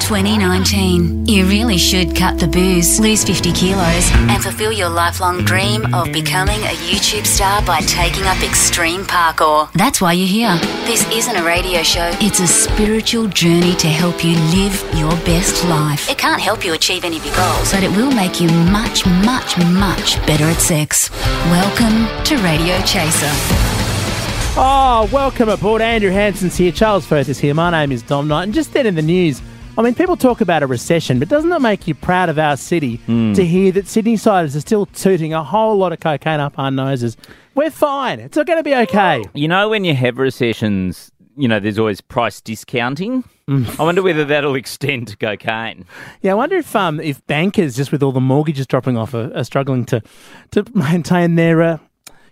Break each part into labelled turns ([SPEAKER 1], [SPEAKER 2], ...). [SPEAKER 1] 2019. You really should cut the booze, lose 50 kilos, and fulfill your lifelong dream of becoming a YouTube star by taking up extreme parkour. That's why you're here. This isn't a radio show, it's a spiritual journey to help you live your best life. It can't help you achieve any of your goals, but it will make you much, much, much better at sex. Welcome to Radio Chaser.
[SPEAKER 2] Oh, welcome aboard. Andrew Hanson's here. Charles Firth is here. My name is Dom Knight. And just then in the news, I mean, people talk about a recession, but doesn't it make you proud of our city to hear that Sydneysiders are still tooting a whole lot of cocaine up our noses? We're fine. It's all going to be okay.
[SPEAKER 3] You know, when you have recessions, you know, there's always price discounting. I wonder whether that'll extend to cocaine.
[SPEAKER 2] Yeah, I wonder if um, if bankers, just with all the mortgages dropping off, are, are struggling to to maintain their uh,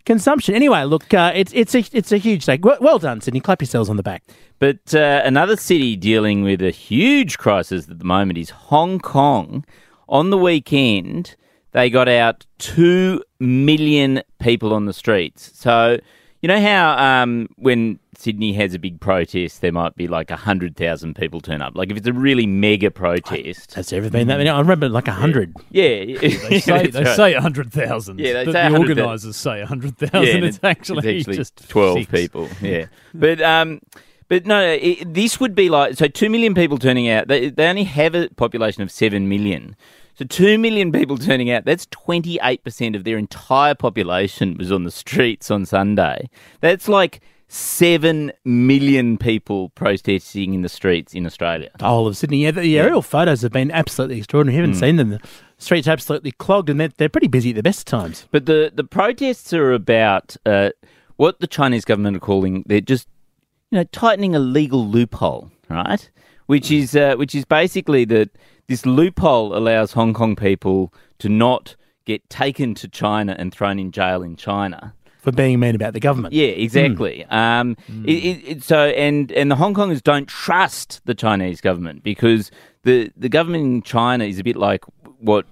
[SPEAKER 2] consumption. Anyway, look, uh, it's it's a it's a huge take. Well, well done, Sydney. Clap yourselves on the back.
[SPEAKER 3] But uh, another city dealing with a huge crisis at the moment is Hong Kong. On the weekend, they got out 2 million people on the streets. So, you know how um, when Sydney has a big protest, there might be like 100,000 people turn up? Like if it's a really mega protest.
[SPEAKER 2] That's ever been that many. I remember like a hundred.
[SPEAKER 3] yeah. They
[SPEAKER 4] say, they say 100,000.
[SPEAKER 3] Yeah, they
[SPEAKER 4] but
[SPEAKER 3] say
[SPEAKER 4] the
[SPEAKER 3] 100,000.
[SPEAKER 4] organisers say 100,000.
[SPEAKER 3] and
[SPEAKER 4] it's, actually just
[SPEAKER 3] twelve
[SPEAKER 4] six.
[SPEAKER 3] people. Yeah, but um, but no, it, this would be like so two million people turning out. They, they only have a population of seven million. So two million people turning out. That's twenty eight percent of their entire population was on the streets on Sunday. That's like. Seven million people protesting in the streets in Australia.
[SPEAKER 2] the whole of Sydney. Yeah, the the aerial photos have been absolutely extraordinary.
[SPEAKER 3] Mm.
[SPEAKER 2] You haven't seen them. The streets absolutely clogged, and they're, they're pretty busy at the best of times.
[SPEAKER 3] But the, the protests are about uh, what the Chinese government are calling they're just you know tightening a legal loophole, right? Which is uh, which is basically that this loophole allows Hong Kong people to not get taken to China and thrown in jail in China.
[SPEAKER 2] For being mean about the government.
[SPEAKER 3] Yeah, exactly.
[SPEAKER 2] Hmm.
[SPEAKER 3] Um, It, it, it, so, and and the Hong Kongers don't trust the Chinese government because the the government in China is a bit like what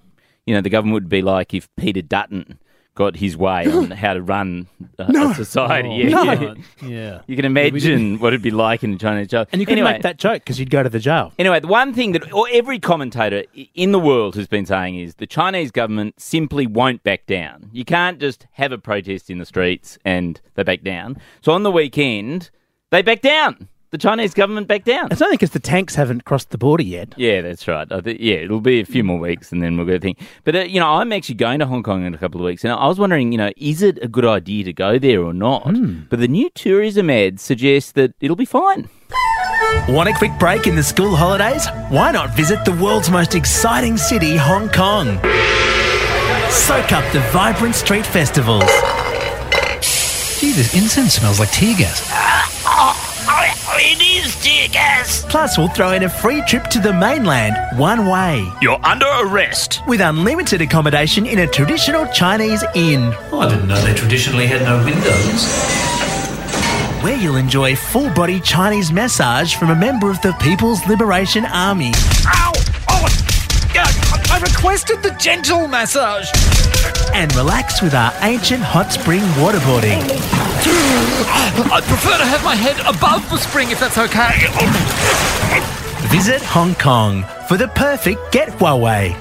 [SPEAKER 3] you know the government would be like if Peter Dutton got his way on how to run a, a society. yeah,
[SPEAKER 2] Oh, No.
[SPEAKER 3] yeah.
[SPEAKER 4] Yeah.
[SPEAKER 3] You can imagine what it'd be like in the Chinese jail.
[SPEAKER 2] And you couldn't
[SPEAKER 3] anyway,
[SPEAKER 2] make that joke because you'd go to the jail.
[SPEAKER 3] Anyway, the one thing that or every commentator i- in the world has been saying is the Chinese government simply won't back down. You can't just have a protest in the streets and they back down. So on the weekend, they back down. The Chinese government back down.
[SPEAKER 2] It's only because the tanks haven't crossed the border yet.
[SPEAKER 3] Yeah, that's right. I thi- yeah, it'll be a few more weeks and then we'll get a thing. But, uh, you know, I'm actually going to Hong Kong in a couple of weeks and I was wondering, you know, is it a good idea to go there or not? But the new tourism ads suggest that it'll be fine.
[SPEAKER 5] Want a quick break in the school holidays? Why not visit the world's most exciting city, Hong Kong? Soak up the vibrant street festivals.
[SPEAKER 6] Gee, this incense smells like tear gas.
[SPEAKER 5] Plus, we'll throw in a free trip to the mainland one way. You're under arrest. With unlimited accommodation in a traditional Chinese inn,
[SPEAKER 6] Oh, I didn't know they traditionally had no windows.
[SPEAKER 5] where you'll enjoy full body Chinese massage from a member of the People's Liberation Army.
[SPEAKER 7] Ow! Oh! Yeah, I requested the gentle massage.
[SPEAKER 5] And relax with our ancient hot spring waterboarding.
[SPEAKER 7] I'd prefer to have my head above the spring if that's okay.
[SPEAKER 5] Visit Hong Kong for the perfect get Huawei.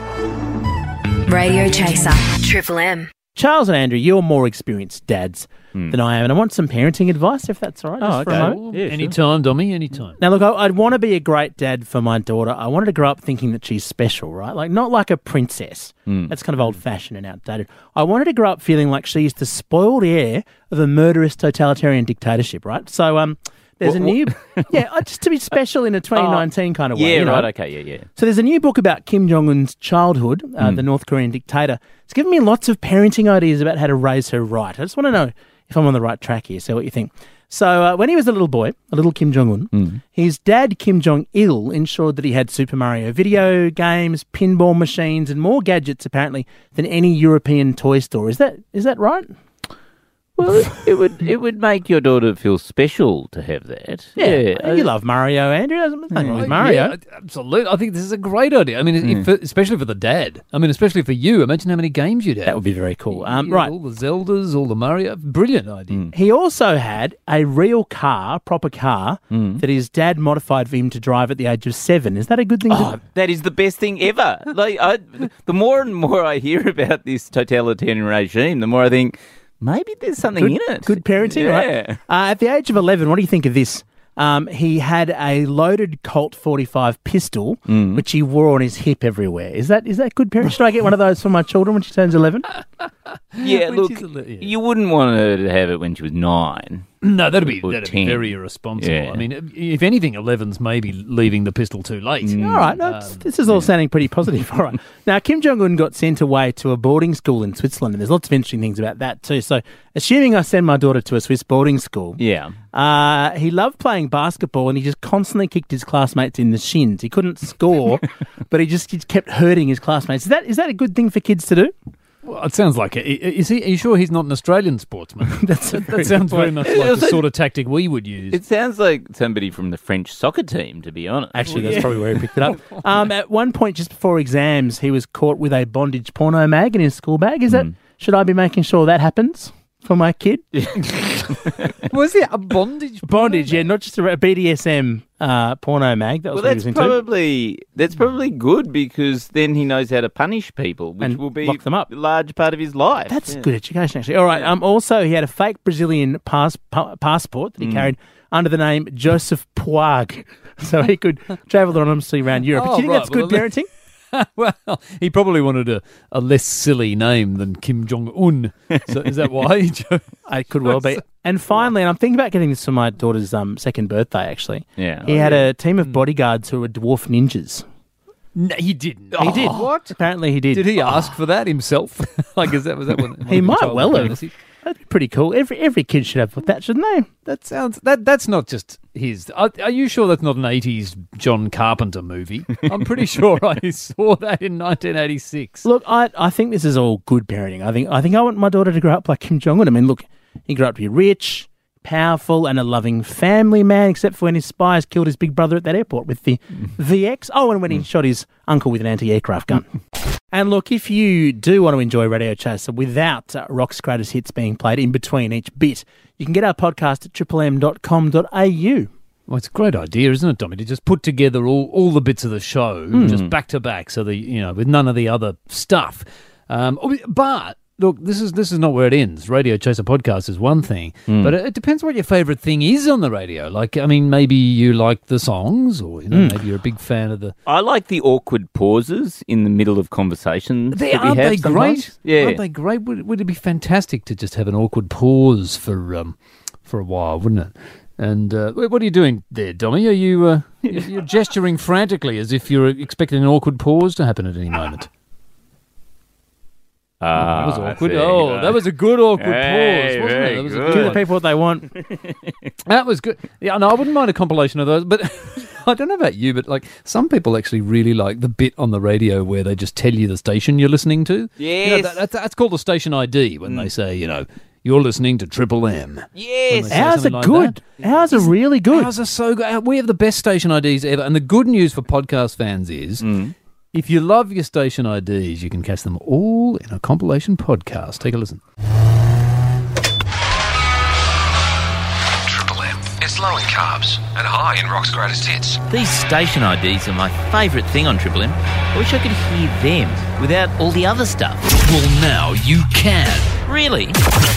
[SPEAKER 1] Radio Chaser. Triple M.
[SPEAKER 2] Charles and Andrew, you're more experienced dads than I am, and I want some parenting advice if that's all right.
[SPEAKER 3] Oh,
[SPEAKER 2] just for a moment.
[SPEAKER 4] Well, anytime, Dommy, anytime.
[SPEAKER 2] Now, look, I, I'd want to be a great dad for my daughter. I wanted to grow up thinking that she's special, right? Like, not like a princess.
[SPEAKER 3] Hmm.
[SPEAKER 2] That's kind of old fashioned and outdated. I wanted to grow up feeling like she's the spoiled heir of a murderous totalitarian dictatorship, right? So, um, there's a
[SPEAKER 3] Wha- Oh,
[SPEAKER 2] new, yeah, uh, just to be special in a 2019 kind of way.
[SPEAKER 3] Yeah,
[SPEAKER 2] you know?
[SPEAKER 3] right. Okay, yeah, yeah.
[SPEAKER 2] So there's a new book about Kim Jong Un's childhood, uh, the North Korean dictator. It's given me lots of parenting ideas about how to raise her right. I just want to know if I'm on the right track here. So what you think? So uh, when he was a little boy, a little Kim Jong Un, his dad Kim Jong Il ensured that he had Super Mario video games, pinball machines, and more gadgets apparently than any European toy store. Is that is that right?
[SPEAKER 3] Well, it would it would make your daughter feel special to have that.
[SPEAKER 2] Yeah,
[SPEAKER 3] I-
[SPEAKER 2] you love Mario, Andrew. There's nothing wrong with Mario.
[SPEAKER 4] Yeah, absolutely. I think this is a great idea. I mean,
[SPEAKER 2] Hmm.
[SPEAKER 4] if, especially for the dad. I mean, especially for you. Imagine how many games you'd have.
[SPEAKER 2] That would be very cool. Um,
[SPEAKER 4] You know,
[SPEAKER 2] right. Hmm.
[SPEAKER 4] All the Zeldas, all the Mario. Brilliant idea.
[SPEAKER 2] He also had a real car, proper car,
[SPEAKER 3] Hmm.
[SPEAKER 2] that his dad modified for him to drive at the age of seven. Is that a good thing?
[SPEAKER 3] Oh,
[SPEAKER 2] to
[SPEAKER 3] that is the best thing ever. Like, I, the more and more I hear about this totalitarian regime, the more I think maybe there's something
[SPEAKER 2] Good,
[SPEAKER 3] in it.
[SPEAKER 2] good parenting, right?
[SPEAKER 3] Yeah.
[SPEAKER 2] Uh, at the age of 11, what do you think of this? Um, he had a loaded Colt 45 pistol,
[SPEAKER 3] Hmm.
[SPEAKER 2] which he wore on his hip everywhere. Is that is that good parenting? Should I get one of those for my children when she turns 11?
[SPEAKER 3] Hmm. Yeah,
[SPEAKER 4] Which
[SPEAKER 3] look,
[SPEAKER 4] is a li- yeah.
[SPEAKER 3] you wouldn't want her to have it when she was nine.
[SPEAKER 4] No, that'd be
[SPEAKER 3] Or
[SPEAKER 4] that'd be
[SPEAKER 3] 10.
[SPEAKER 4] very irresponsible.
[SPEAKER 3] Yeah.
[SPEAKER 4] I mean, if- if anything, 11's maybe leaving the pistol too late. Oh,
[SPEAKER 2] All right, no, it's- this is all
[SPEAKER 3] Hmm.
[SPEAKER 2] sounding pretty positive. All right. Now, Kim Jong un got sent away to a boarding school in Switzerland, and there's lots of interesting things about that, too. So, assuming I send my daughter to a Swiss boarding school,
[SPEAKER 3] Yeah.
[SPEAKER 2] uh, he loved playing basketball and he just constantly kicked his classmates in the shins. He couldn't score, but he just he kept hurting his classmates. Is that, is that a good thing for kids to do?
[SPEAKER 4] Well, it sounds like it. I- Is he? Are you sure he's not an Australian sportsman?
[SPEAKER 2] That's a very
[SPEAKER 4] that sounds
[SPEAKER 2] good
[SPEAKER 4] very
[SPEAKER 2] point.
[SPEAKER 4] much like the sort of tactic we would use.
[SPEAKER 3] It sounds like somebody from the French soccer team, to be honest.
[SPEAKER 2] Actually, that's probably where he picked it up. Um, at one point, just before exams, he was caught with a bondage porno mag in his school bag. Is that
[SPEAKER 3] Hmm.
[SPEAKER 2] should I be making sure that happens for my kid?
[SPEAKER 4] Was it a bondage?
[SPEAKER 2] Bondage, yeah, not just a re- BDSM uh, porno mag. That was what
[SPEAKER 3] Well,
[SPEAKER 2] he was
[SPEAKER 3] that's
[SPEAKER 2] into.
[SPEAKER 3] probably that's probably good because then he knows how to punish people, which
[SPEAKER 2] And
[SPEAKER 3] will be
[SPEAKER 2] lock them up.
[SPEAKER 3] a large part of his life.
[SPEAKER 2] That's
[SPEAKER 3] Yeah.
[SPEAKER 2] good education, actually. All right. Um. Also, he had a fake Brazilian pass, pa- passport that he carried under the name Joseph Poag, so he could travel anonymously around Europe.
[SPEAKER 4] Oh,
[SPEAKER 2] Do you think
[SPEAKER 4] right.
[SPEAKER 2] that's good
[SPEAKER 4] Well,
[SPEAKER 2] parenting?
[SPEAKER 4] well, he probably wanted a, a less silly name than Kim Jong Un. So is that why?
[SPEAKER 2] It could well be. And finally, and I'm thinking about getting this for my daughter's um, second birthday. Actually,
[SPEAKER 3] Yeah.
[SPEAKER 2] he had a team of bodyguards who were dwarf ninjas.
[SPEAKER 4] no, he didn't.
[SPEAKER 2] He did. What? Apparently, he did.
[SPEAKER 4] Did he ask for that himself? like, is that was that one?
[SPEAKER 2] Ah. He might well have. That'd be pretty cool. Every every kid should have that, shouldn't they?
[SPEAKER 4] That sounds that that's not just his. Are, are you sure that's not an eighties John Carpenter movie? I'm pretty sure I saw that in 1986.
[SPEAKER 2] Look, I, I think this is all good parenting. I think I think I want my daughter to grow up like Kim Jong Un. I mean, look, he grew up to be rich, powerful, and a loving family man. Except for when his spies killed his big brother at that airport with the VX. Oh, and when he shot his uncle with an anti-aircraft gun. And look, if you do want to enjoy Radio Chaser without uh, Rock's greatest hits being played in between each bit, you can get our podcast at triplem.com.au.
[SPEAKER 4] Well, it's a great idea, isn't it, Tommy? To just put together all, all the bits of the show just back to back, so the you know with none of the other stuff. Um, oh, but look, this is this is not where it ends. Radio Chaser podcast is one thing, but it, it depends what your favourite thing is on the radio. Like, I mean, maybe you like the songs, or you know, maybe you're a big fan of the.
[SPEAKER 3] I like the awkward pauses in the middle of conversations.
[SPEAKER 4] They
[SPEAKER 3] that we
[SPEAKER 4] aren't
[SPEAKER 3] have
[SPEAKER 4] they
[SPEAKER 3] sometimes.
[SPEAKER 4] great?
[SPEAKER 3] Yeah.
[SPEAKER 4] aren't they great? Would, would it be fantastic to just have an awkward pause for um, for a while, wouldn't it? And uh, wait, what are you doing there, Dommy? Are you uh, you- you're gesturing frantically as if you're expecting an awkward pause to happen at any moment?
[SPEAKER 3] Ah,
[SPEAKER 4] that was
[SPEAKER 3] I
[SPEAKER 4] awkward.
[SPEAKER 3] see.
[SPEAKER 4] Oh, that was a good awkward
[SPEAKER 3] Hey,
[SPEAKER 4] pause, wasn't
[SPEAKER 3] very
[SPEAKER 4] it? That was, a
[SPEAKER 3] good.
[SPEAKER 2] Give the people what they want.
[SPEAKER 4] that was good. Yeah, no, I wouldn't mind a compilation of those, but. I don't know about you, but like some people actually really like the bit on the radio where they just tell you the station you're listening to. You know,
[SPEAKER 3] Yes. Mm.
[SPEAKER 4] that, that's, that's called the station ID when they say, you know, you're listening to Triple M.
[SPEAKER 3] Yes.
[SPEAKER 4] Say
[SPEAKER 2] Ours are
[SPEAKER 4] something like
[SPEAKER 2] good. Ours are really good.
[SPEAKER 4] Ours are so good. Uh, We have the best station IDs ever. And the good news for podcast fans is
[SPEAKER 3] Mm.
[SPEAKER 4] if you love your station IDs, you can catch them all in a compilation podcast. Take a listen.
[SPEAKER 7] Triple M. It's low in carbs and high in rock's greatest hits.
[SPEAKER 5] These station IDs are my favourite thing on Triple M. I wish I could hear them without all the other stuff.
[SPEAKER 6] Well, now you can.
[SPEAKER 5] Really?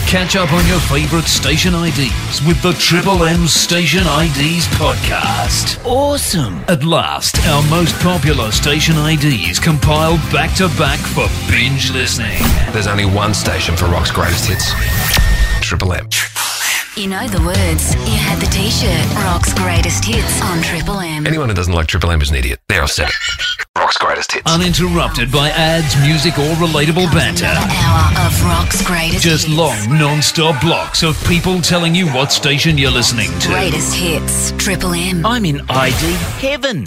[SPEAKER 6] Catch up on your favourite station IDs with the Triple M Station IDs podcast.
[SPEAKER 5] Awesome.
[SPEAKER 6] At last, our most popular station IDs compiled back to back for binge listening.
[SPEAKER 7] There's only one station for rock's greatest hits. Triple M.
[SPEAKER 1] You know the words. You had the t shirt. Rock's greatest hits on Triple M.
[SPEAKER 7] Anyone who doesn't like Triple M is an idiot. There, I've said it. Rock's greatest hits.
[SPEAKER 6] Uninterrupted by ads, music, or relatable banter.
[SPEAKER 1] Another hour of Rock's greatest
[SPEAKER 6] Just
[SPEAKER 1] hits.
[SPEAKER 6] long, non stop blocks of people telling you what station you're listening to.
[SPEAKER 1] Greatest hits. Triple M.
[SPEAKER 5] I'm in ID heaven.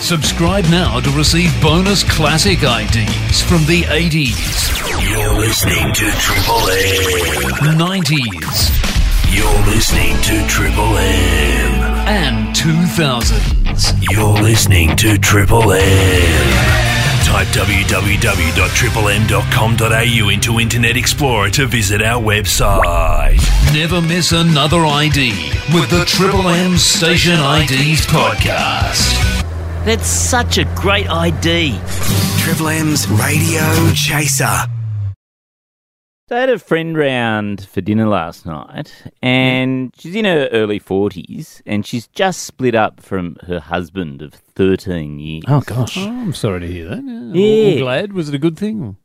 [SPEAKER 6] Subscribe now to receive bonus classic IDs from the 80s,
[SPEAKER 8] You're listening to Triple M.
[SPEAKER 6] 90s,
[SPEAKER 8] You're listening to Triple M.
[SPEAKER 6] and 2000s.
[SPEAKER 8] You're listening to Triple M. Type www.triplem.com.au into Internet Explorer to visit our website.
[SPEAKER 6] Never miss another ID with the Triple M Station IDs
[SPEAKER 4] Oh,
[SPEAKER 6] podcast.
[SPEAKER 3] That's such a great ID.
[SPEAKER 5] Triple M's Radio Chaser.
[SPEAKER 3] So I had a friend round for dinner last night, and she's in her early 40s, and she's just split up from her husband of 13 years.
[SPEAKER 2] Oh gosh.
[SPEAKER 4] Oh, I'm sorry to hear that. Yeah,
[SPEAKER 3] Yeah.
[SPEAKER 4] All glad. Was it a good thing?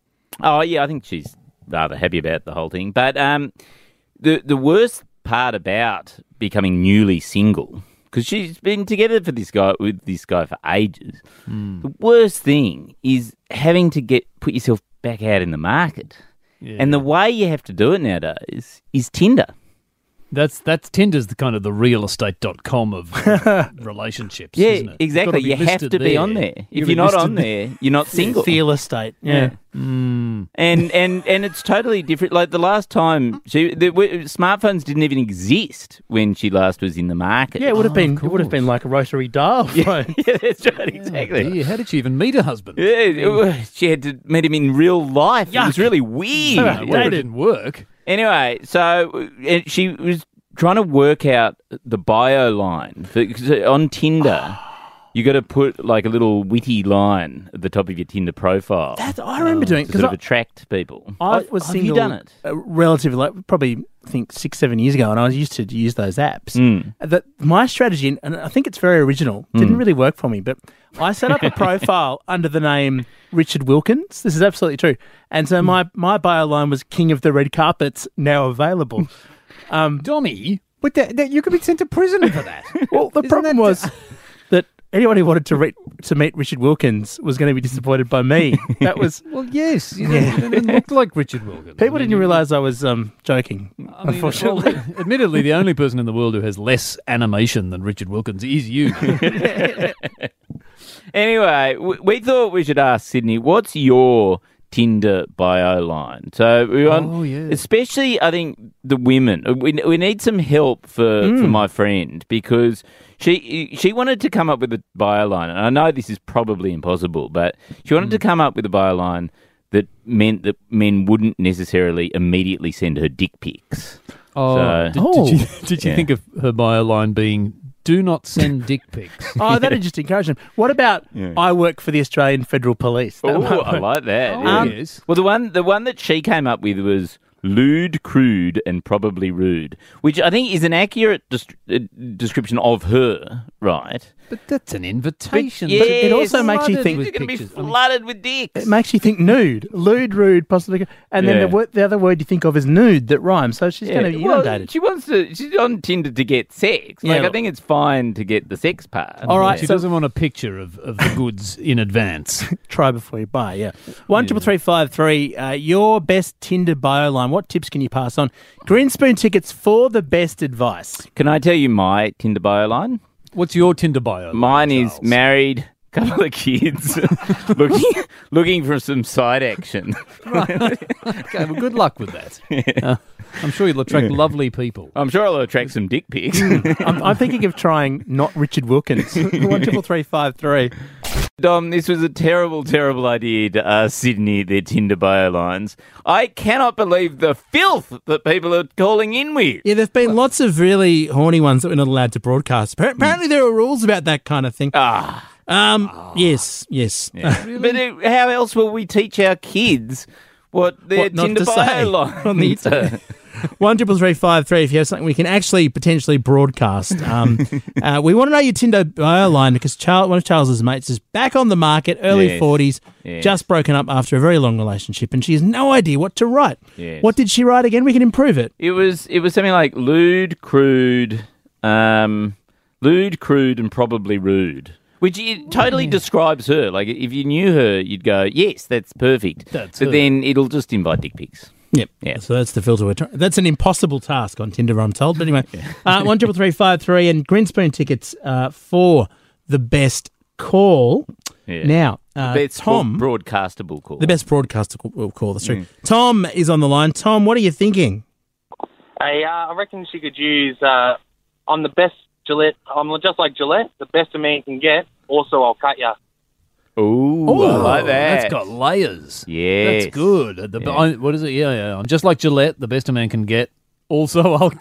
[SPEAKER 3] Oh yeah, I think she's rather happy about the whole thing. But um, the the worst part about becoming newly single because she's been together for this guy with this guy for ages.
[SPEAKER 4] Hmm.
[SPEAKER 3] The worst thing is having to get put yourself back out in the market. And the way you have to do it nowadays is Tinder.
[SPEAKER 4] That's that's Tinder's the kind of the real estate.com of uh, relationships.
[SPEAKER 3] Yeah,
[SPEAKER 4] isn't it? You've gotta
[SPEAKER 3] exactly.
[SPEAKER 4] be
[SPEAKER 3] You have
[SPEAKER 4] listed
[SPEAKER 3] to be on there. If
[SPEAKER 4] You've
[SPEAKER 3] you're not
[SPEAKER 4] listed
[SPEAKER 3] on there, you're not single.
[SPEAKER 2] Feel estate. Yeah. Mm.
[SPEAKER 3] and and and it's totally different. Like the last time she, the, w- smartphones didn't even exist when she last was in the market.
[SPEAKER 2] Yeah, it would have been. It would have been like a rotary dial phone.
[SPEAKER 3] yeah, that's right, exactly.
[SPEAKER 2] Oh,
[SPEAKER 4] Yeah, Oh, how did she even meet her husband?
[SPEAKER 3] Yeah, it wa- she had to meet him in real life. It was really weird.
[SPEAKER 4] Yeah, well, it didn't work.
[SPEAKER 3] Anyway, so uh, and she was trying to work out the bio line for, 'cause uh, on Tinder. You got to put like a little witty line at the top of your Tinder profile
[SPEAKER 2] That's, I remember doing
[SPEAKER 3] to
[SPEAKER 2] because I,
[SPEAKER 3] sort of attract people.
[SPEAKER 2] I
[SPEAKER 3] Have-
[SPEAKER 2] was
[SPEAKER 3] have
[SPEAKER 2] single.
[SPEAKER 3] you done it?
[SPEAKER 2] uh, Relatively, like probably I think six, seven years ago, and I was used to use those apps.
[SPEAKER 3] Hmm.
[SPEAKER 2] That my strategy, and I think it's very original, didn't really work for me. But I set up a profile under the name Richard Wilkins. This is absolutely true. And
[SPEAKER 3] Hmm.
[SPEAKER 2] so my my bio line was King of the Red Carpets, now available.
[SPEAKER 4] Dommy, but that, that you could be sent to prison for that.
[SPEAKER 2] Well, the problem was that anyone who wanted to re- to meet Richard Wilkins was going to be disappointed by me. That was.
[SPEAKER 4] well, yes, you don't- you don't even look like Richard Wilkins.
[SPEAKER 2] People didn't realise I was um, joking. unfortunately,
[SPEAKER 4] Admittedly, the only person in the world who has less animation than Richard Wilkins is you.
[SPEAKER 3] Anyway, we, we thought we should ask Sydney, what's your Tinder bio line? So we want,
[SPEAKER 4] Oh, yeah.
[SPEAKER 3] especially I think the women. Uh, We, we need some help for,
[SPEAKER 4] Mm.
[SPEAKER 3] for my friend because she she wanted to come up with a bio line, and I know this is probably impossible, but she wanted to
[SPEAKER 4] Mm.
[SPEAKER 3] come up with a bio line that meant that men wouldn't necessarily immediately send her dick pics. So-
[SPEAKER 4] did, did you, did you
[SPEAKER 3] Yeah.
[SPEAKER 4] think of her bio line being "Do not send dick pics"?
[SPEAKER 2] oh, that'd just encourage them. What about I work for the Australian Federal Police? That
[SPEAKER 3] Oh,
[SPEAKER 2] might
[SPEAKER 3] I
[SPEAKER 2] work.
[SPEAKER 3] like that. yeah.
[SPEAKER 4] Um, yes.
[SPEAKER 3] Well, the one the one that she came up with was lewd, crude, and probably rude, which I think is an accurate dest- uh, description of her, right?
[SPEAKER 4] But that's an invitation.
[SPEAKER 3] But it also
[SPEAKER 2] makes you
[SPEAKER 4] flooded
[SPEAKER 2] think-
[SPEAKER 4] with
[SPEAKER 3] You're going to be
[SPEAKER 4] pictures. I mean,
[SPEAKER 3] flooded with dicks.
[SPEAKER 2] It makes you think nude, lewd, rude, possibly. And then
[SPEAKER 3] Yeah.
[SPEAKER 2] the, word, the other word you think of is nude that rhymes. So she's going to be
[SPEAKER 3] Well,
[SPEAKER 2] inundated.
[SPEAKER 3] she wants to. She's on Tinder to get sex. Like
[SPEAKER 2] Yeah.
[SPEAKER 3] I think it's fine to get the sex part.
[SPEAKER 2] All right,
[SPEAKER 4] she
[SPEAKER 2] so-
[SPEAKER 4] doesn't want a picture of, of the goods in advance.
[SPEAKER 2] Try before you buy. Yeah, one triple three five three. uh, Your best Tinder bio line. What tips can you pass on? Greenspoon tickets for the best advice.
[SPEAKER 3] Can I tell you my Tinder bio line?
[SPEAKER 4] What's your Tinder bio?
[SPEAKER 3] Mine is
[SPEAKER 4] Charles?
[SPEAKER 3] married, couple of kids, looking looking for some side action.
[SPEAKER 4] Okay, well, good luck with that. Uh, I'm sure you'll attract lovely people.
[SPEAKER 3] I'm sure I'll attract some dick pics.
[SPEAKER 2] I'm, I'm thinking of trying not Richard Wilkins. One triple three five three.
[SPEAKER 3] Dom, this was a terrible, terrible idea to ask Sydney their Tinder bio lines. I cannot believe the filth that people are calling in with.
[SPEAKER 2] Yeah, there've been lots of really horny ones that we're not allowed to broadcast. Appar- Apparently, there are rules about that kind of thing.
[SPEAKER 3] Hmm. Ah,
[SPEAKER 2] Um, yes, yes.
[SPEAKER 3] but it, how else will we teach our kids what their
[SPEAKER 2] What not
[SPEAKER 3] Tinder
[SPEAKER 2] to say
[SPEAKER 3] bio
[SPEAKER 2] on the
[SPEAKER 3] lines are?
[SPEAKER 2] internet. One triple three five three. If you have something we can actually potentially broadcast, um, uh, we want to know your Tinder bio line because Charles, one of Charles's mates is back on the market, early
[SPEAKER 3] Yes,
[SPEAKER 2] forties,
[SPEAKER 3] yes.
[SPEAKER 2] just broken up after a very long relationship, and she has no idea what to write.
[SPEAKER 3] Yes.
[SPEAKER 2] What did she write again? We can improve it.
[SPEAKER 3] It was it was something like lewd, crude, um, lewd, crude, and probably rude. Which it totally describes her. Like if you knew her, you'd go, "Yes, that's perfect."
[SPEAKER 4] That's
[SPEAKER 3] but
[SPEAKER 4] her.
[SPEAKER 3] then it'll just invite dick pics.
[SPEAKER 2] Yep.
[SPEAKER 3] Yeah.
[SPEAKER 2] So that's the filter we're trying. That's an impossible task on Tinder, I'm told. But anyway, uh, one triple three five three and Grinspoon tickets uh, for the best call.
[SPEAKER 3] Yeah.
[SPEAKER 2] Now, uh,
[SPEAKER 3] It's
[SPEAKER 2] Tom,
[SPEAKER 3] broadcastable call.
[SPEAKER 2] the best broadcaster c- will call. That's true. Tom is on the line. Tom, what are you thinking?
[SPEAKER 9] Hey, uh, I reckon she could use. Uh, I'm the best Gillette. I'm just like Gillette. The best a man can get. Also, I'll cut ya.
[SPEAKER 3] Ooh, I like that.
[SPEAKER 4] That's got layers.
[SPEAKER 3] Yes.
[SPEAKER 4] That's good. The,
[SPEAKER 3] Yeah.
[SPEAKER 4] I, what is it? Yeah, yeah. I'm just like Gillette, the best a man can get. Also, I'll.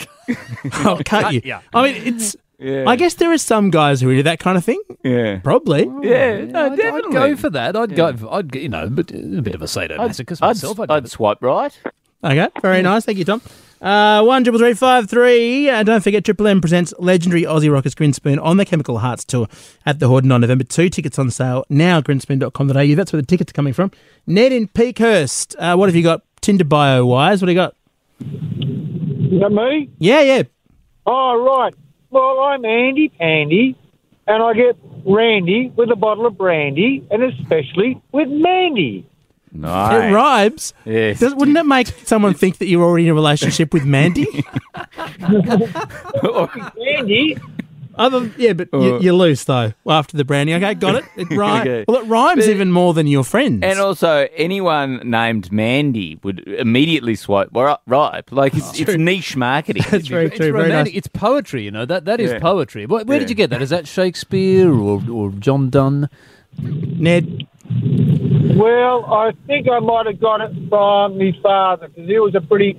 [SPEAKER 2] I'll cut you.
[SPEAKER 4] ya.
[SPEAKER 2] I mean, it's.
[SPEAKER 3] Yeah.
[SPEAKER 2] I guess there are some guys who do that kind of thing.
[SPEAKER 3] Yeah.
[SPEAKER 2] Probably.
[SPEAKER 3] Yeah, no,
[SPEAKER 4] I'd, I'd
[SPEAKER 3] definitely.
[SPEAKER 4] go for that. I'd go. For, I'd g- you know, but a bit of a sadomasochist
[SPEAKER 3] I'd,
[SPEAKER 4] myself.
[SPEAKER 3] I'd,
[SPEAKER 4] I'd, do it.
[SPEAKER 3] swipe right.
[SPEAKER 2] Okay, very nice. Thank you, Tom. Uh, one triple three five three. Uh, don't forget, Triple M presents legendary Aussie rockers Grinspoon on the Chemical Hearts tour at the Horden on November two. Tickets on sale now. Grinspoon.com.au. That's where the tickets are coming from. Ned in Peakhurst. Uh, what have you got? Tinder bio wise, what do you got?
[SPEAKER 9] Is that me?
[SPEAKER 2] Yeah, yeah.
[SPEAKER 9] Oh, right. Well, I'm Andy Pandy, and I get Randy with a bottle of brandy, and especially with Mandy.
[SPEAKER 3] Nice.
[SPEAKER 2] It rhymes.
[SPEAKER 3] Yes.
[SPEAKER 2] Does, wouldn't it make someone think that you're already in a relationship with Mandy?
[SPEAKER 9] Mandy?
[SPEAKER 2] Other, yeah, but you,
[SPEAKER 3] Uh.
[SPEAKER 2] you're loose though. After the brandy, okay, got it. It rhymes.
[SPEAKER 3] Okay.
[SPEAKER 2] Well, it rhymes
[SPEAKER 3] But-
[SPEAKER 2] even more than your friends.
[SPEAKER 3] And also, anyone named Mandy would immediately swipe ri- right. Like it's, it's niche marketing.
[SPEAKER 2] That's very
[SPEAKER 4] It's
[SPEAKER 2] true. Very nice.
[SPEAKER 4] romantic. It's poetry. You know that that is
[SPEAKER 3] Yeah.
[SPEAKER 4] poetry. Where, where did
[SPEAKER 3] Yeah.
[SPEAKER 4] you get that? Is that Shakespeare or, or John Donne?
[SPEAKER 2] Ned,
[SPEAKER 9] Well, I think I might have got it from my father, because he was a pretty.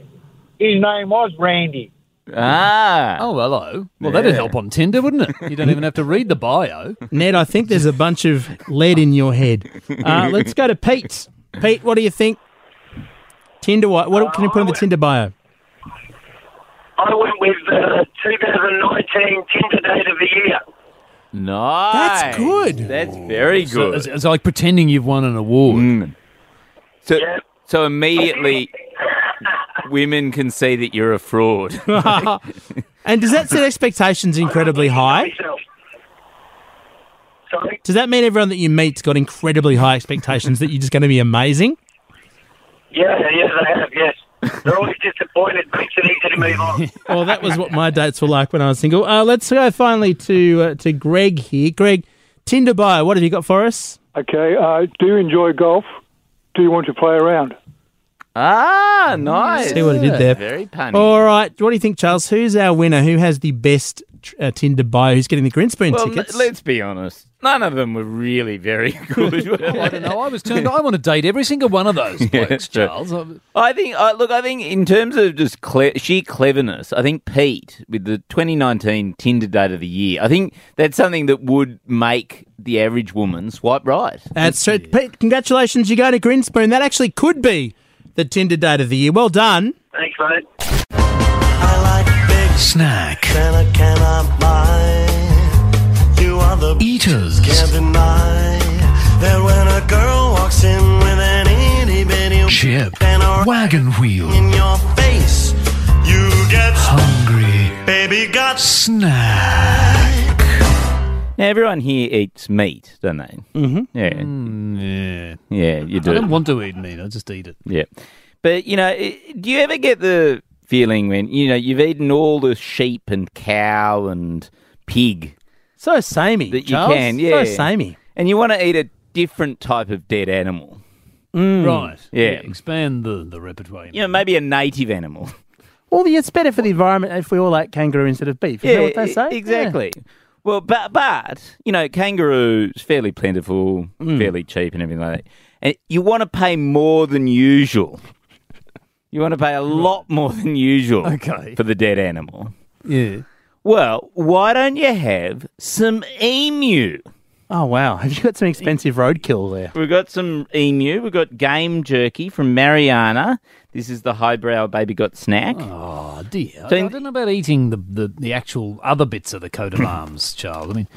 [SPEAKER 9] His name was Randy.
[SPEAKER 3] Ah,
[SPEAKER 4] Oh, hello. Well, that'd help on Tinder, wouldn't it? You don't even have to read the bio.
[SPEAKER 2] Ned, I think there's a bunch of lead in your head. Uh, let's go to Pete. Pete, what do you think? Tinder, what, what can you put in the Tinder bio?
[SPEAKER 10] I went with uh, 2019 Tinder Date of the Year.
[SPEAKER 3] nice.
[SPEAKER 2] good.
[SPEAKER 3] That's very
[SPEAKER 4] So
[SPEAKER 3] good.
[SPEAKER 4] it's, it's like pretending you've won an award.
[SPEAKER 3] Mm. So, so immediately, women can see that you're a fraud.
[SPEAKER 2] And does that set expectations incredibly high?
[SPEAKER 10] Myself. Sorry?
[SPEAKER 2] Does that mean everyone that you meet's got incredibly high expectations that you're just going to be amazing?
[SPEAKER 10] Yeah, yeah, they have, yes. They're always disappointed, makes it easy to move on.
[SPEAKER 2] Well, that was what my dates were like when I was single. Uh, let's go finally to uh, to Greg here. Greg, Tinder bio, what have you got for us?
[SPEAKER 9] Okay, uh, do you enjoy golf? Do you want to play around?
[SPEAKER 3] ah, nice.
[SPEAKER 2] Mm, See what I did there.
[SPEAKER 3] Very punny.
[SPEAKER 2] All right, what do you think, Charles? Who's our winner? Who has the best tr- uh, Tinder bio? Who's getting the Grinspoon
[SPEAKER 3] well,
[SPEAKER 2] tickets?
[SPEAKER 3] n- let's be honest. None of them were really very good. were
[SPEAKER 4] I
[SPEAKER 3] they?
[SPEAKER 4] don't know. I was turned. I want to date every single one of those blokes,
[SPEAKER 3] that's true.
[SPEAKER 4] Charles. I-
[SPEAKER 3] I think. Uh, look, I think in terms of just cle- sheer cleverness, I think Pete with the 2019 Tinder Date of the Year. I think that's something that would make the average woman swipe right.
[SPEAKER 2] That's true. Pete, congratulations, you go to Grinspoon. That actually could be the Tinder date of the year. Well done.
[SPEAKER 10] Thanks, mate.
[SPEAKER 6] Snack.
[SPEAKER 10] You are the
[SPEAKER 6] Eaters.
[SPEAKER 10] That when a girl walks in with an itty bitty
[SPEAKER 6] Chip. Wagon wheel.
[SPEAKER 10] in your face, you get
[SPEAKER 6] Hungry.
[SPEAKER 10] baby got
[SPEAKER 6] Snack.
[SPEAKER 3] Now everyone here eats meat, don't they? Mm-hmm. Yeah,
[SPEAKER 4] yeah.
[SPEAKER 3] yeah, you
[SPEAKER 4] I
[SPEAKER 3] do.
[SPEAKER 4] don't want to eat meat. I just eat it.
[SPEAKER 3] Yeah. But, you know, i- do you ever get the feeling when, you know, you've eaten all the sheep and cow and pig
[SPEAKER 2] So samey,
[SPEAKER 3] That you
[SPEAKER 2] Charles.
[SPEAKER 3] can, yeah.
[SPEAKER 2] So samey.
[SPEAKER 3] and you want to eat a different type of dead animal?
[SPEAKER 4] Right.
[SPEAKER 3] Hmm. Yeah.
[SPEAKER 4] Expand the, the repertoire.
[SPEAKER 3] You know, maybe a native animal.
[SPEAKER 2] Well, yeah, it's better for the environment if we all ate kangaroo instead of beef. Is that what they
[SPEAKER 3] e-
[SPEAKER 2] say?
[SPEAKER 3] Exactly. Well, but, but, you know, kangaroo's fairly plentiful,
[SPEAKER 2] Mm.
[SPEAKER 3] fairly cheap and everything like that. And you want to pay more than usual. You want to pay a lot more than usual
[SPEAKER 4] Okay.
[SPEAKER 3] for the dead animal.
[SPEAKER 4] Yeah.
[SPEAKER 3] Well, why don't you have some emu?
[SPEAKER 2] Yeah. Oh, wow. Have you got some expensive roadkill there?
[SPEAKER 3] We've got some emu. We've got game jerky from Mariana. This is the highbrow baby got snack.
[SPEAKER 4] Oh, dear. I,
[SPEAKER 3] So
[SPEAKER 4] I
[SPEAKER 3] in-
[SPEAKER 4] don't know about eating the, the, the actual other bits of the coat
[SPEAKER 3] Hmm.
[SPEAKER 4] of arms, Charles. I mean,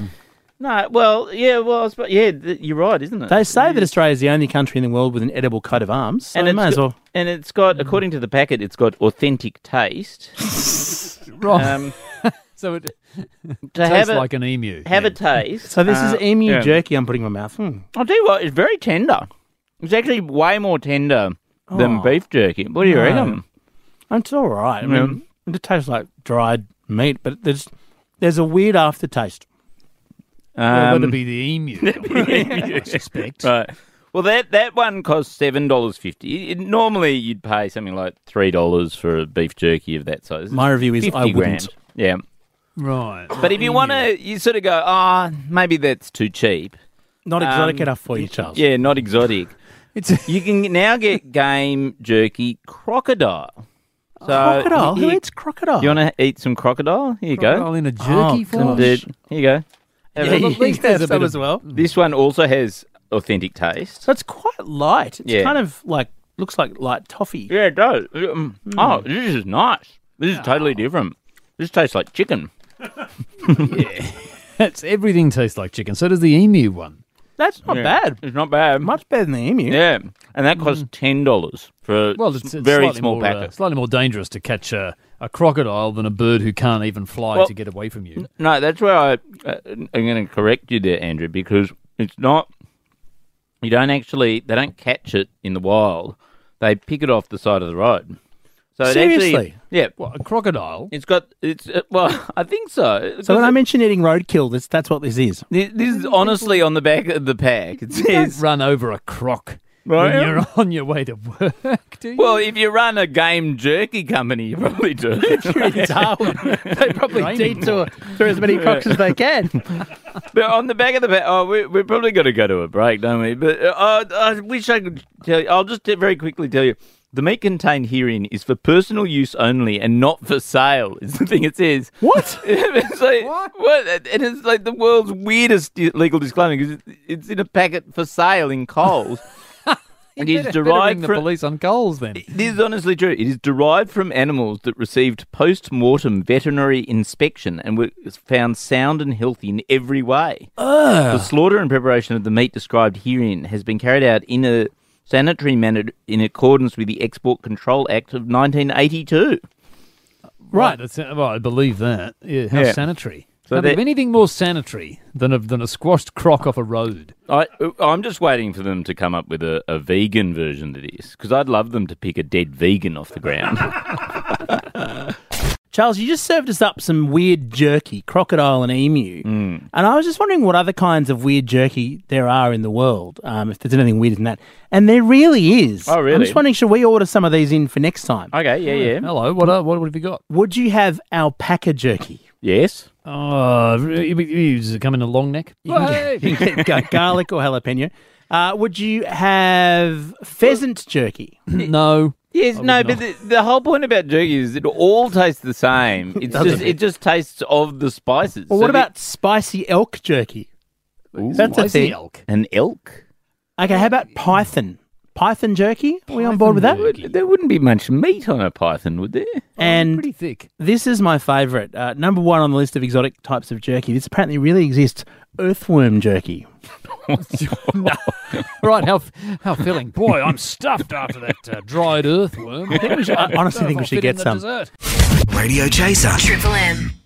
[SPEAKER 3] No, well, yeah, well, I suppose, yeah, th- you're right, isn't it?
[SPEAKER 2] They say that Australia is the only country in the world with an edible coat of arms. So
[SPEAKER 3] and
[SPEAKER 2] and
[SPEAKER 3] it's
[SPEAKER 2] may as
[SPEAKER 3] got-
[SPEAKER 2] well. Mm.
[SPEAKER 3] And it's got, according to the packet, it's got authentic taste.
[SPEAKER 4] right.
[SPEAKER 3] Um,
[SPEAKER 4] so it
[SPEAKER 3] to
[SPEAKER 4] tastes
[SPEAKER 3] have a,
[SPEAKER 4] like an emu.
[SPEAKER 3] have
[SPEAKER 4] yeah.
[SPEAKER 3] a taste.
[SPEAKER 2] So this
[SPEAKER 3] Uh,
[SPEAKER 2] is emu
[SPEAKER 3] yeah.
[SPEAKER 2] jerky I'm putting in my mouth. Hmm.
[SPEAKER 3] I'll tell you what, it's very tender. It's actually way more tender than beef jerky. What do you
[SPEAKER 2] Oh. No.
[SPEAKER 3] reckon?
[SPEAKER 2] It's all right. I mean, it tastes like dried meat, but there's there's a weird aftertaste.
[SPEAKER 4] Well,
[SPEAKER 3] Um,
[SPEAKER 4] that'd be the emu. I suspect.
[SPEAKER 3] Right. Well, that that one cost seven dollars fifty. Normally, you'd pay something like three dollars for a beef jerky of that size.
[SPEAKER 2] My review is
[SPEAKER 3] 50
[SPEAKER 2] I wouldn't. Oh,
[SPEAKER 3] grand. Yeah,
[SPEAKER 4] Right.
[SPEAKER 3] but if you want to, you sort of go, ah, maybe that's too cheap.
[SPEAKER 2] Not exotic
[SPEAKER 3] Um,
[SPEAKER 2] enough for you, Charles.
[SPEAKER 3] Yeah, not exotic. you can now get game jerky crocodile. So
[SPEAKER 2] crocodile?
[SPEAKER 3] you-
[SPEAKER 2] Who eats crocodile?
[SPEAKER 3] You want to eat some crocodile? Here you
[SPEAKER 4] Crocodile
[SPEAKER 3] go. Oh,
[SPEAKER 4] in a jerky
[SPEAKER 3] Some
[SPEAKER 4] form?
[SPEAKER 3] dude- Here you go. Have
[SPEAKER 2] Yeah,
[SPEAKER 3] a-
[SPEAKER 2] you can have some as well.
[SPEAKER 3] This one also has authentic taste.
[SPEAKER 2] So it's quite light. It's
[SPEAKER 3] Yeah.
[SPEAKER 2] kind of like looks like light toffee.
[SPEAKER 3] Yeah, it does. Um,
[SPEAKER 4] Hmm.
[SPEAKER 3] Oh, this is nice. This is totally different. This tastes like chicken.
[SPEAKER 4] That's everything tastes like chicken. So does the emu one.
[SPEAKER 2] That's not
[SPEAKER 3] Yeah.
[SPEAKER 2] bad.
[SPEAKER 3] It's not bad.
[SPEAKER 2] Much better than the emu.
[SPEAKER 3] Yeah, and that costs ten dollars for a
[SPEAKER 4] Hmm. Well, it's,
[SPEAKER 3] s-
[SPEAKER 4] it's
[SPEAKER 3] very
[SPEAKER 4] slightly
[SPEAKER 3] small
[SPEAKER 4] more, uh,
[SPEAKER 3] packet.
[SPEAKER 4] slightly more dangerous to catch a, a crocodile than a bird who can't even fly
[SPEAKER 3] Well-
[SPEAKER 4] to get away from you.
[SPEAKER 3] No, that's where I, uh, I'm going to correct you there, Andrew, because it's not. You don't actually. They don't catch it in the wild. They pick it off the side of the road. So it
[SPEAKER 2] Seriously?
[SPEAKER 3] actually, yeah.
[SPEAKER 4] What, a crocodile?
[SPEAKER 3] It's got. It's uh, well. I think so.
[SPEAKER 2] So when I mention eating roadkill, this, that's what this is.
[SPEAKER 3] this, this is honestly on the back of the pack. It
[SPEAKER 4] Don't
[SPEAKER 3] says.
[SPEAKER 4] run over a croc
[SPEAKER 3] Right.
[SPEAKER 4] when you're on your way to work, do you?
[SPEAKER 3] Well, if you run a game jerky company, you probably do.
[SPEAKER 2] they probably detour through as many crocs as they can.
[SPEAKER 3] But on the back of the pack, oh, we, we're probably going to go to a break, don't we? But uh, I wish I could tell you. I'll just very quickly tell you. The meat contained herein is for personal use only and not for sale, is the thing it says.
[SPEAKER 2] What?
[SPEAKER 3] it's like,
[SPEAKER 4] What?
[SPEAKER 3] And it's like the world's weirdest di- legal disclaimer because it's in a packet for sale in Coles.
[SPEAKER 4] You
[SPEAKER 3] and it's
[SPEAKER 4] better- better ring
[SPEAKER 3] derived
[SPEAKER 4] the
[SPEAKER 3] from.
[SPEAKER 4] police on coals then.
[SPEAKER 3] This is honestly true. It is derived from animals that received post mortem veterinary inspection and were found sound and healthy in every way. The slaughter and preparation of the meat described herein has been carried out in a sanitary manner in accordance with the Export Control Act of 1982.
[SPEAKER 4] Right. That's, well, I believe that. Yeah, how
[SPEAKER 3] Yeah.
[SPEAKER 4] sanitary.
[SPEAKER 3] So
[SPEAKER 4] Now,
[SPEAKER 3] they-
[SPEAKER 4] if anything more sanitary than a, than a squashed croc off a road.
[SPEAKER 3] I, I'm just waiting for them to come up with a, a vegan version of this because I'd love them to pick a dead vegan off the ground.
[SPEAKER 2] Charles, you just served us up some weird jerky, crocodile and emu.
[SPEAKER 3] Mm.
[SPEAKER 2] And I was just wondering what other kinds of weird jerky there are in the world, um, if there's anything weirder than that. And there really is.
[SPEAKER 3] Oh, really?
[SPEAKER 2] I'm just wondering, should we order some of these in for next time?
[SPEAKER 3] okay, yeah, yeah.
[SPEAKER 4] Hello, what, are, what have you got?
[SPEAKER 2] Would you have alpaca jerky?
[SPEAKER 3] Yes.
[SPEAKER 4] Oh, you- you- you- does it come in a long neck?
[SPEAKER 2] You can get ga- garlic or jalapeno. Uh, would you have pheasant jerky?
[SPEAKER 4] no.
[SPEAKER 3] Yes, no, but the, the whole point about jerky is it all tastes the same. It's just it just tastes of the spices.
[SPEAKER 2] Well,
[SPEAKER 3] So
[SPEAKER 2] what
[SPEAKER 3] the-
[SPEAKER 2] about spicy elk jerky? That's a
[SPEAKER 4] Spicy
[SPEAKER 2] thing.
[SPEAKER 4] elk.
[SPEAKER 3] an elk?
[SPEAKER 2] Okay, how about python? Python jerky? Are we on board with that?
[SPEAKER 3] Would- there wouldn't be much meat on a python, would there?
[SPEAKER 2] And
[SPEAKER 4] Pretty thick.
[SPEAKER 2] This is my favourite. Uh, number one on the list of exotic types of jerky. This apparently really exists. Earthworm jerky.
[SPEAKER 4] Right, how, how filling. Boy, I'm stuffed after that uh, dried earthworm. Uh, I,
[SPEAKER 2] I honestly think we should get some.
[SPEAKER 4] Dessert.
[SPEAKER 5] Radio Chaser.
[SPEAKER 1] Triple M.